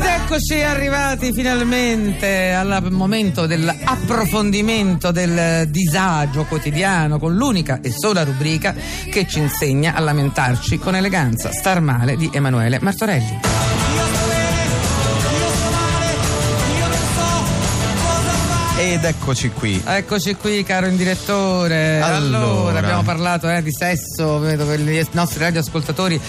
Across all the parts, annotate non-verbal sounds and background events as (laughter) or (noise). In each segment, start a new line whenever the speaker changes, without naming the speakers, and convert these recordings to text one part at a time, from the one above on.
Eccoci arrivati finalmente al momento dell'approfondimento del disagio quotidiano con l'unica e sola rubrica che ci insegna a lamentarci con eleganza. Star male di Emanuele Martorelli.
Ed eccoci qui.
Eccoci qui, caro indirettore. Allora,
Allora.
abbiamo parlato eh, di sesso, vedo che i nostri radioascoltatori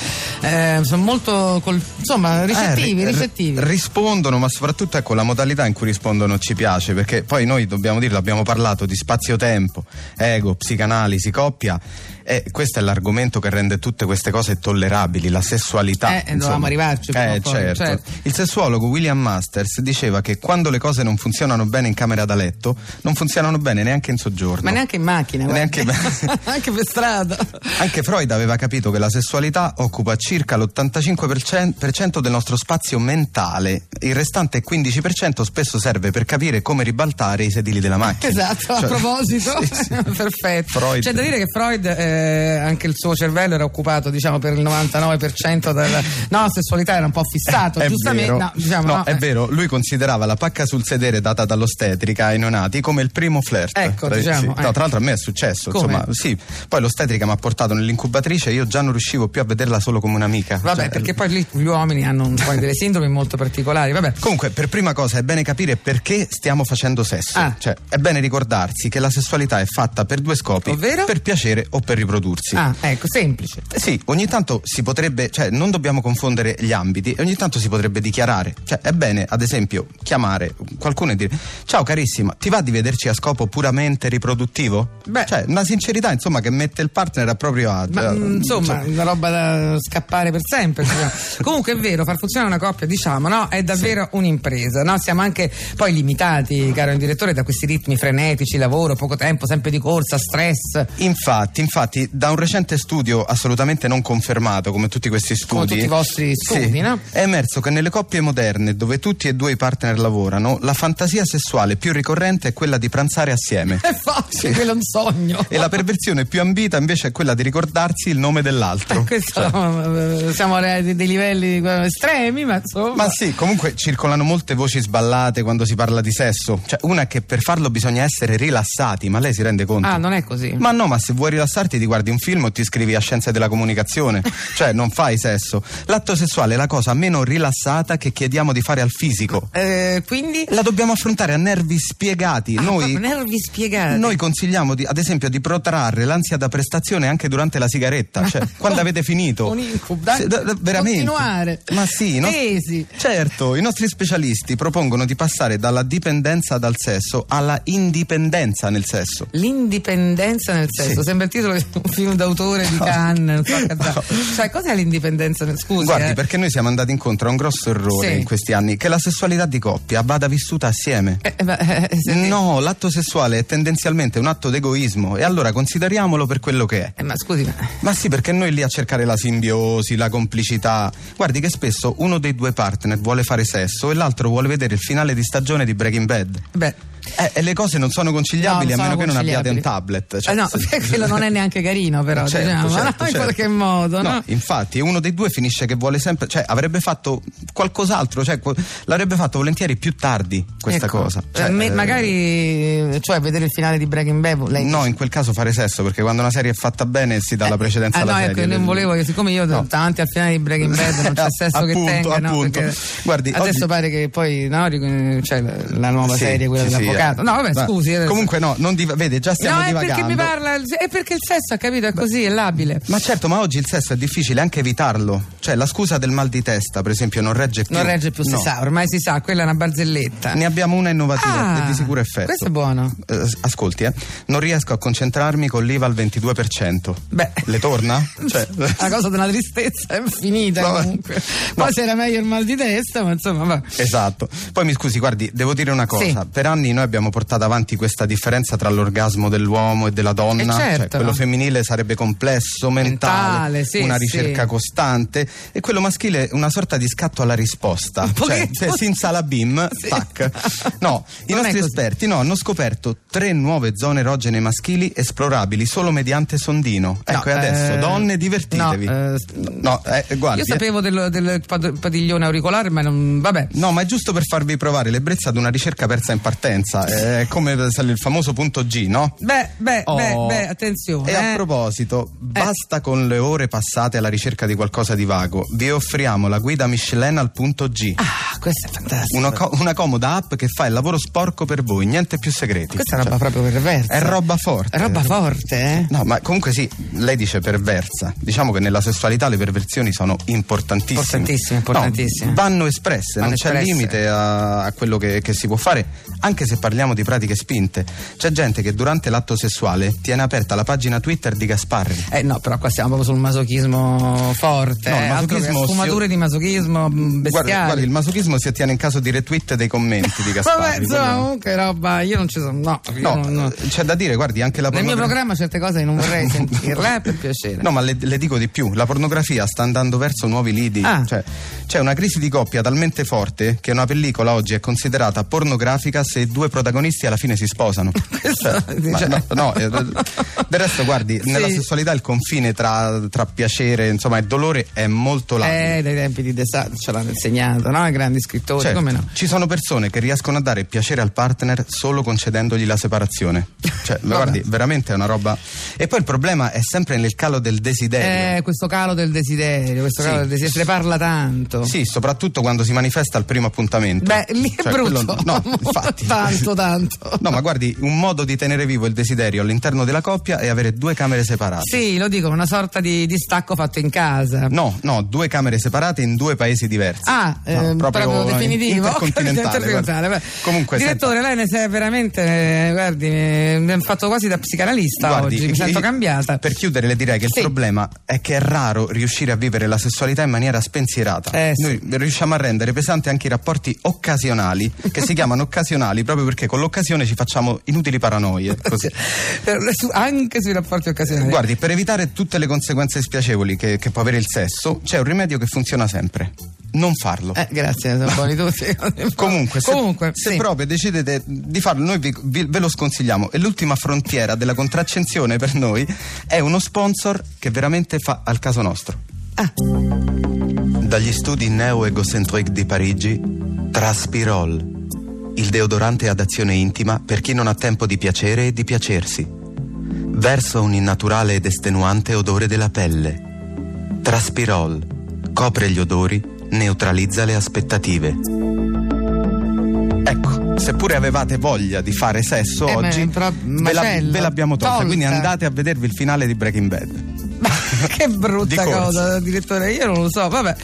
eh, sono molto col- insomma, ricettivi,
Eh, ri-
ricettivi.
r- rispondono, ma soprattutto ecco, la modalità in cui rispondono ci piace, perché poi noi dobbiamo dirlo, abbiamo parlato di spazio-tempo, ego, psicanalisi, coppia. E questo è l'argomento che rende tutte queste cose tollerabili, la sessualità.
Eh, dovevamo arrivarci prima o
Eh,
poi,
certo.
certo.
Il sessuologo William Masters diceva che quando le cose non funzionano bene in camera da letto, non funzionano bene neanche in soggiorno.
Ma neanche in macchina,
Neanche
guarda. (laughs) anche per strada.
Anche Freud aveva capito che la sessualità occupa circa l'85% del nostro spazio mentale, il restante 15% spesso serve per capire come ribaltare i sedili della macchina.
Esatto, a
Cioè-
proposito,
Sì, sì.
(laughs) perfetto.
Freud.
C'è da dire che Freud, eh, anche il suo cervello era occupato diciamo per il 99% della no, sessualità era un po' fissato,
Eh, È
giustamente.
vero.
No, diciamo,
No,
no,
è
eh.
vero, lui considerava la pacca sul sedere data dall'ostetrica ai neonati come il primo flirt.
Ecco,
Sì.
diciamo,
No,
eh.
tra l'altro a me è successo,
Come?
insomma, sì. Poi l'ostetrica mi ha portato nell'incubatrice e io già non riuscivo più a vederla solo come un'amica.
Vabbè,
Cioè,
perché poi lì gli uomini hanno
(laughs)
un- poi delle sindromi molto particolari. Vabbè.
Comunque, per prima cosa è bene capire perché stiamo facendo sesso.
Ah.
Cioè, è bene ricordarsi che la sessualità è fatta per due scopi:
Ovvero?
per piacere o per riprodursi.
Ah, ecco, semplice.
Eh Sì, ogni tanto si potrebbe, cioè non dobbiamo confondere gli ambiti e ogni tanto si potrebbe dichiarare. Cioè, è bene, ad esempio, chiamare qualcuno e dire: Ciao carissima, ti va di vederci a scopo puramente riproduttivo?
Beh.
Cioè, una sincerità, insomma, che mette il partner a proprio agio.
Ma,
Eh,
mh, insomma,
cioè,
una roba da scappare per sempre.
(laughs)
diciamo. Comunque è vero, far funzionare una coppia, diciamo, no, è davvero un'impresa. no? Siamo anche poi limitati, caro direttore, da questi ritmi frenetici, lavoro, poco tempo, sempre di corsa, stress.
Infatti, infatti, da un recente studio assolutamente non confermato, come tutti questi studi,
Come tutti i vostri studi,
sì,
no?
è emerso che nelle coppie moderne, dove tutti e due i partner lavorano, la fantasia sessuale più ricorrente è quella di pranzare assieme.
È facile, quello è un
(laughs)
sogno.
e la perversione più ambita invece è quella di ricordarsi il nome dell'altro.
Questo, eh, siamo a dei dei livelli eh, estremi, ma insomma.
Cioè. Ma sì, comunque circolano molte voci sballate quando si parla di sesso. Cioè, una è che per farlo bisogna essere rilassati, ma lei si rende conto?
Ah, non è così.
Ma no, ma se vuoi rilassarti ti guardi un film o ti iscrivi a Scienze della
(laughs)
Comunicazione, cioè non fai sesso. L'atto sessuale è la cosa meno rilassata che chiediamo di fare al fisico.
Eh, quindi.
La dobbiamo affrontare a nervi spiegati.
Ah,
Noi,
nervi spiegati.
noi consigliamo di- ad esempio di protrarre l'ansia da prestazione anche durante la
(laughs)
sigaretta, cioè quando avete finito.
Un incubo, dai,
Se- da- da- veramente.
continuare.
Ma sì, no?
Tesi.
Certo, i nostri specialisti propongono di passare dalla dipendenza dal sesso alla indipendenza nel sesso.
L'indipendenza nel sesso,
Sì.
sembra il titolo di un film d'autore di Cannes. non so che- Cioè, cos'è l'indipendenza nel scusa?
Guardi,
eh.
perché noi siamo andati incontro a un grosso errore
Sì.
in questi anni, che la sessualità di coppia vada vissuta assieme.
Eh, eh, ma, eh, eh, senti-
No, l'atto sessuale è tendenzialmente un atto d'egoismo e allora consideriamolo per quello che è.
Eh, ma scusi, ma.
Ma sì, perché noi lì a cercare la simbiosi, la complicità. Guardi che spesso uno dei due partner vuole fare sesso e l'altro vuole vedere il finale di stagione di Breaking Bad.
Beh.
Eh, e le cose non sono conciliabili
no,
a meno
sono
che non abbiate un
conciliabili.
tablet. cioè,
Eh, no, (laughs)
sì.
quello non è neanche carino, però,
Certo,
diciamo,
certo,
no? in
certo.
qualche modo, no?
infatti, uno dei due finisce che vuole sempre, cioè avrebbe fatto qualcos'altro, cioè qu- l'avrebbe fatto volentieri più tardi questa
Ecco.
cosa. Cioè,
Eh, me-
eh,
magari, cioè, vedere il finale di Breaking Bad. Lei
No, in quel caso fare sesso, perché quando una serie è fatta bene si dà la precedenza
Ah,
alla
no,
serie.
ecco, non volevo che siccome io
No.
tanti al finale di Breaking Bad
(laughs)
non c'è
Eh,
sesso
appunto,
che tenga no?
appunto.
Perché
Guardi,
adesso
oggi-
pare che poi no, ric- c'è la, la nuova
Sì,
serie quella
sì, sì,
dell'avvocato
eh.
no vabbè
Ma-
scusi adesso-
Comunque no, non div- vede, già stiamo
no è
divagando.
perché mi parla è perché il sesso ha capito è così è labile
Ma certo, ma oggi il sesso è difficile anche evitarlo. Cioè, la scusa del mal di testa, per esempio, non regge più.
non regge più si
No.
sa ormai si sa quella è una barzelletta
Ne abbiamo una innovativa
Ah,
e di sicuro effetto.
questo è buono.
Eh, ascolti, eh. Non riesco a concentrarmi con l'IVA al 22%. (laughs)
Beh.
Le torna? Cioè,
la cosa della tristezza è infinita
Vabbè.
comunque poi
No.
se era meglio il mal di testa ma insomma va.
Esatto. Poi mi scusi, guardi, devo dire una cosa.
Sì.
Per anni noi abbiamo portato avanti questa differenza tra l'orgasmo dell'uomo e della donna,
Eh, certo,
cioè quello
no?
femminile sarebbe complesso, mentale,
Mentale, sì,
una
sì.
ricerca costante e quello maschile una sorta di scatto alla risposta,
Un
cioè
pochetto.
se si insala bim,
(laughs) Sì.
tac. No, i
Non è
nostri
così.
esperti no, hanno scoperto tre nuove zone erogene maschili esplorabili solo mediante sondino. Ecco, e
No,
adesso
eh,
donne divertitevi.
no, eh,
No, eh, guardi,
Io
eh.
sapevo del, del pad- padiglione auricolare, ma non. vabbè.
No, ma è giusto per farvi provare l'ebbrezza di una ricerca persa in partenza. È come il famoso punto G, no?
Beh, beh,
Oh.
beh, beh, attenzione.
E a
eh.
proposito, basta con le ore passate alla ricerca di qualcosa di vago. Vi offriamo la guida Michelin al punto G.
Ah, questo è fantastico.
Una, co- una comoda app che fa il lavoro sporco per voi, niente più segreti.
Questa è roba proprio perversa.
Cioè, È roba forte.
È roba forte, eh?
No, ma comunque sì, lei dice perversa. Diciamo che nella sessualità le perversioni sono importantissime.
Importantissime,
No,
importantissime.
vanno espresse,
Vanno
non c'è
espresse.
limite a, a quello che, che si può fare, anche se parliamo di pratiche spinte. C'è gente che durante l'atto sessuale tiene aperta la pagina Twitter di Gasparri.
Eh no, però qua siamo proprio sul masochismo forte.
No, il
eh, altro che
masochismo si-
sfumature di masochismo mh, bestiali.
Guarda, guarda, il masochismo si ottiene in caso di retweet dei commenti di
(laughs)
Gasparri.
Vabbè, insomma,
quello-
comunque roba, io non ci sono. No, io
No,
non- no.
eh, c'è da dire, guardi, anche la
nel mio
pornografia-
programma certe cose non
(laughs)
vorrei sentirle, eh, per piacere.
No, ma le, le dico di più: la pornografia sta andando verso nuovi lidi.
Ah.
Cioè, c'è una crisi di coppia talmente forte che una pellicola oggi è considerata pornografica se due protagonisti alla fine si sposano.
(laughs) Questo,
Ma
cioè-
no, no, eh, del resto, guardi,
Sì.
nella sessualità il confine tra, tra piacere insomma, e dolore è molto largo.
Eh, dai tempi di De Sartre ce l'hanno insegnato, no? I grandi scrittori,
Certo,
come no?
Ci sono persone che riescono a dare piacere al partner solo concedendogli la separazione. Cioè,
(laughs) Vabbè.
guardi, veramente è una roba. E poi il problema è sempre nel calo del desiderio.
Eh, questo calo del desiderio, questo
Sì.
calo del desiderio, se ne parla tanto.
Sì, soprattutto quando si manifesta al primo appuntamento.
Certo. Beh, lì è
Cioè,
brutto.
quello-
(laughs)
no, infatti.
tanto, tanto.
No, ma guardi, un modo di tenere vivo il desiderio all'interno della coppia è avere due camere separate.
Sì, lo dicono, una sorta di distacco fatto in casa.
No, no, due camere separate in due paesi diversi.
Ah,
No,
ehm, proprio, definitivo. (laughs)
Intercontinentale.
Intercontinentale,
guarda.
beh.
Comunque, senta,
Direttore, lei ne sa veramente, eh, guardi, mi mi ha fatto quasi da psicanalista
guardi,
oggi, mi
io-
sento cambiata.
Per chiudere, le direi che
Sì.
il problema è che è raro riuscire a vivere la sessualità in maniera spensierata.
Eh, sì.
Noi riusciamo a rendere pesanti anche i rapporti occasionali, che si chiamano (laughs) occasionali proprio perché con l'occasione ci facciamo inutili paranoie. Così.
Per- su- anche sui rapporti occasionali.
Guardi, per evitare tutte le conseguenze spiacevoli che, che può avere il sesso, c'è un rimedio che funziona sempre: non farlo.
Eh, grazie, sono buoni tutti.
Comunque, se,
Comunque,
se
sì.
proprio decidete di farlo, noi vi- vi- ve lo sconsigliamo. E l'ultima frontiera della contraccenzione per noi è uno sponsor che veramente fa al caso nostro.
Ah.
Dagli studi neo-egocentric di Parigi, Traspirol, il deodorante ad azione intima per chi non ha tempo di piacere e di piacersi. Verso un innaturale ed estenuante odore della pelle. Traspirol copre gli odori, neutralizza le aspettative. Ecco, seppure avevate voglia di fare sesso
Eh, ma-
oggi,
però-
ve, la-
macello,
ve l'abbiamo tolta,
tolta.
quindi andate a vedervi il finale di Breaking Bad.
(laughs) che brutta
Di corsa.
cosa, direttore, io non lo so, vabbè.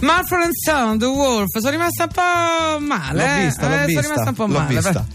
Manfred and Son, The Wolf, sono rimasta un po' male.
L'ho
eh.
vista, l'ho
Eh,
vista,
Sono rimasta un po'
l'ho
male.
vista.
però-